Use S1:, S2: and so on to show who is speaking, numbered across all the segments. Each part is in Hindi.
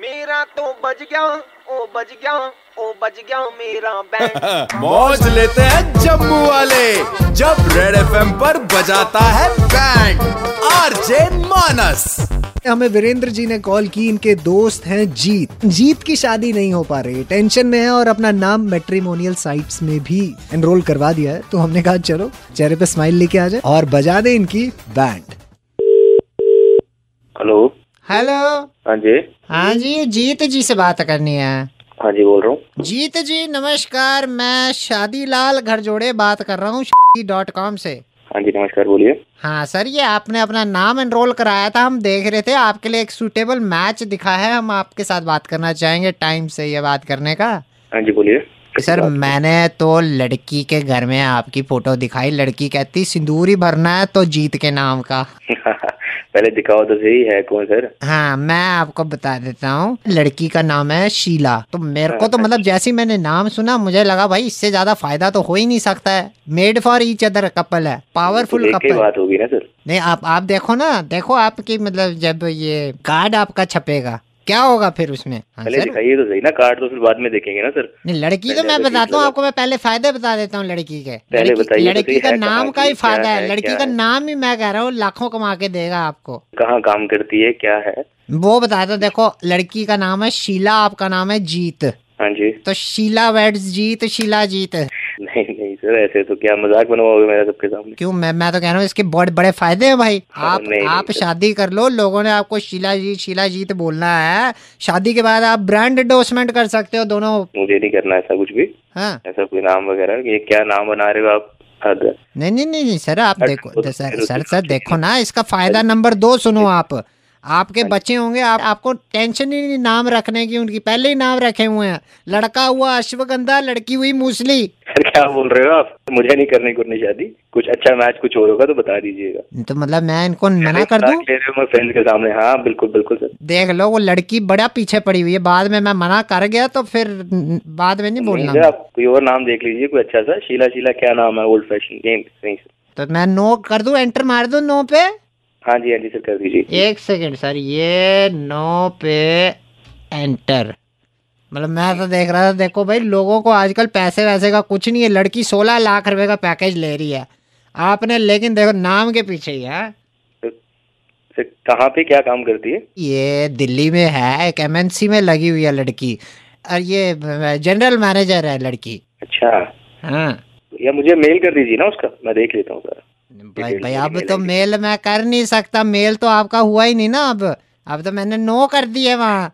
S1: मेरा तो बज गया ओ बज गया ओ बज गया मेरा बैंड
S2: मौज लेते हैं जम्मू वाले जब रेड एफएम पर बजाता है बैंड आरजे मानस
S3: हमें वीरेंद्र जी ने कॉल की इनके दोस्त हैं जीत जीत की शादी नहीं हो पा रही है टेंशन में है और अपना नाम मेट्रीमोनियल साइट्स में भी एनरोल करवा दिया है तो हमने कहा चलो चेहरे पे स्माइल लेके आ जाए और बजा दे इनकी बैंड
S4: हेलो
S5: हेलो
S4: हाँ जी
S5: हाँ जी जीत जी से बात करनी है
S4: हाँ जी बोल रहा हूँ
S5: जीत जी नमस्कार मैं शादीलाल घरजोड़े बात कर रहा हूँ डॉट कॉम से
S4: हाँ जी नमस्कार बोलिए
S5: हाँ सर ये आपने अपना नाम एनरोल कराया था हम देख रहे थे आपके लिए एक सूटेबल मैच दिखा है हम आपके साथ बात करना चाहेंगे टाइम से ये बात करने का
S4: हाँ जी बोलिए किसकी
S5: सर
S4: बात?
S5: मैंने तो लड़की के घर में आपकी फोटो दिखाई लड़की कहती सिंदूर ही भरना है तो जीत के नाम का
S4: पहले दिखाओ तो सही है कौन सर
S5: हाँ मैं आपको बता देता हूँ लड़की का नाम है शीला तो मेरे
S4: हाँ,
S5: को तो मतलब जैसे ही मैंने नाम सुना मुझे लगा भाई इससे ज्यादा फायदा तो हो ही नहीं सकता है made for each other couple है हाँ, पावरफुल
S4: देख के
S5: कपल
S4: तो बात होगी ना सर
S5: नहीं आप आप देखो ना देखो आपकी मतलब जब ये कार्ड आपका छपेगा क्या होगा फिर उसमें हाँ,
S4: पहले
S5: सर
S4: दिखाइए तो सही ना कार्ड तो फिर बाद में देखेंगे ना सर
S5: नहीं लड़की तो
S4: पहले
S5: मैं
S4: तो ठीक
S5: बताता हूँ
S4: लगा।
S5: आपको मैं पहले फायदे बता देता हूँ लड़की के
S4: पहले
S5: लड़की-
S4: बताइए तो
S5: लड़की
S4: सही
S5: का
S4: है
S5: नाम
S4: कहाँ
S5: का ही
S4: की, क्या
S5: फायदा है
S4: है,
S5: लड़की
S4: क्या
S5: का
S4: है?
S5: नाम ही मैं कह रहा हूँ लाखों कमा के देगा आपको
S4: कहाँ काम करती है क्या है
S5: वो बताता हूँ, देखो लड़की का नाम है शीला आपका नाम है जीत
S4: हाँ जी
S5: तो शीला वेड्स जीत शीला जीत
S4: नहीं नहीं सर ऐसे तो क्या मजाक बनवाओगे मेरा सबके सामने
S5: क्यों मैं मैं तो कह रहा हूँ इसके बहुत बड़े फायदे हैं भाई
S4: हाँ,
S5: आप
S4: नहीं,
S5: आप
S4: नहीं।
S5: शादी कर लो लोगों ने आपको शीला जीत शीला जीत बोलना है शादी के बाद आप ब्रांड एंडोर्समेंट कर सकते हो दोनों
S4: मुझे नहीं करना ऐसा कुछ भी
S5: हाँ
S4: ऐसा कोई नाम वगैरह ये क्या नाम बना रहे हो आप हद है।
S5: नहीं नहीं नहीं नहीं, सर आप
S4: अच्छा,
S5: देखो
S4: तो
S5: तो सर
S4: फिर
S5: सर
S4: उसके
S5: सर
S4: बाद
S5: देखो ना इसका फायदा नंबर दो सुनो आप आपके
S4: अच्छा।
S5: बच्चे होंगे आप आपको टेंशन ही नहीं नाम रखने की उनकी पहले ही नाम रखे हुए हैं लड़का हुआ अश्वगंधा लड़की हुई मूसली
S4: सर क्या बोल रहे हो आप मुझे नहीं करनी कुरनी शादी कुछ अच्छा मैच कुछ और होगा तो बता दीजिएगा
S5: तो मतलब मैं इनको मना कर दूं
S4: मजाक ले रहे हो मैं फ्रेंड्स के सामने हाँ बिल्कुल बिल्कुल सर
S5: देख लो वो लड़की बड़ा पीछे पड़ी हुई है बाद में मैं मना कर गया तो फिर न- बाद में नहीं
S4: नहीं
S5: बोलना
S4: सर आप कोई और नाम देख लीजिए कोई अच्छा सा शीला शीला क्या नाम है ओल्ड फैशन नहीं नहीं सर
S5: तो मैं नो कर दूं एंटर मार दूं नो पे
S4: हाँ जी हाँ जी सर कर दीजिए
S5: एक सेकंड सर ये नो पे एंटर मतलब मैं तो देख रहा था देखो भाई लोगों को आजकल पैसे वैसे का कुछ नहीं है लड़की सोलह लाख रुपए का पैकेज ले रही है आपने लेकिन देखो नाम के पीछे ही है
S4: सर कहाँ पे क्या काम करती है
S5: ये दिल्ली में है एक एमएनसी में लगी हुई है लड़की और ये जनरल मैनेजर है लड़की
S4: अच्छा
S5: हाँ
S4: या मुझे मेल कर दीजिए ना उसका मैं देख लेता हूँ सर
S5: भाई
S4: मेल
S5: भाई
S4: मेल
S5: अब
S4: मेल
S5: तो
S4: आई डी।
S5: मेल मैं कर नहीं सकता मेल तो आपका हुआ ही नहीं ना अब अब तो मैंने नो कर दी है वहाँ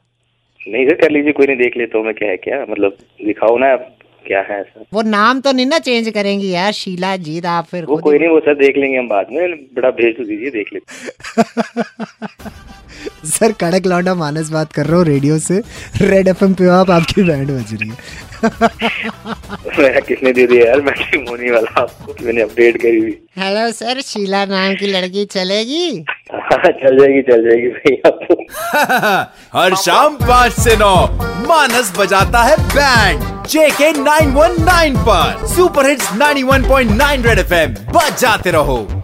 S4: नहीं सर कर लीजिए कोई नहीं देख लेता हूँ मैं क्या है क्या मतलब दिखाओ ना आप क्या है ऐसा
S5: वो नाम तो नहीं ना चेंज करेंगी यार शीला जीत आप फिर
S4: वो
S5: खुद
S4: कोई नहीं वो सर देख लेंगे हम बाद में बड़ा भेज तो दीजिए देख लेते हैं।
S3: सर कड़क लौंडा मानस बात कर रहा हूँ रेडियो से रेड एफ पे हो आप आपकी बैंड बज रही है
S4: मेरा किसने दे दिया यार मैं होने वाला आपको मैंने अपडेट करी हुई
S5: हेलो सर शीला नाम की लड़की चलेगी
S4: हाँ चल जाएगी चल जाएगी भाई आपको
S2: हर शाम पाँच से नौ मानस बजाता है band JK nine one nine पर super hits nine one point nine red F M बजाते रहो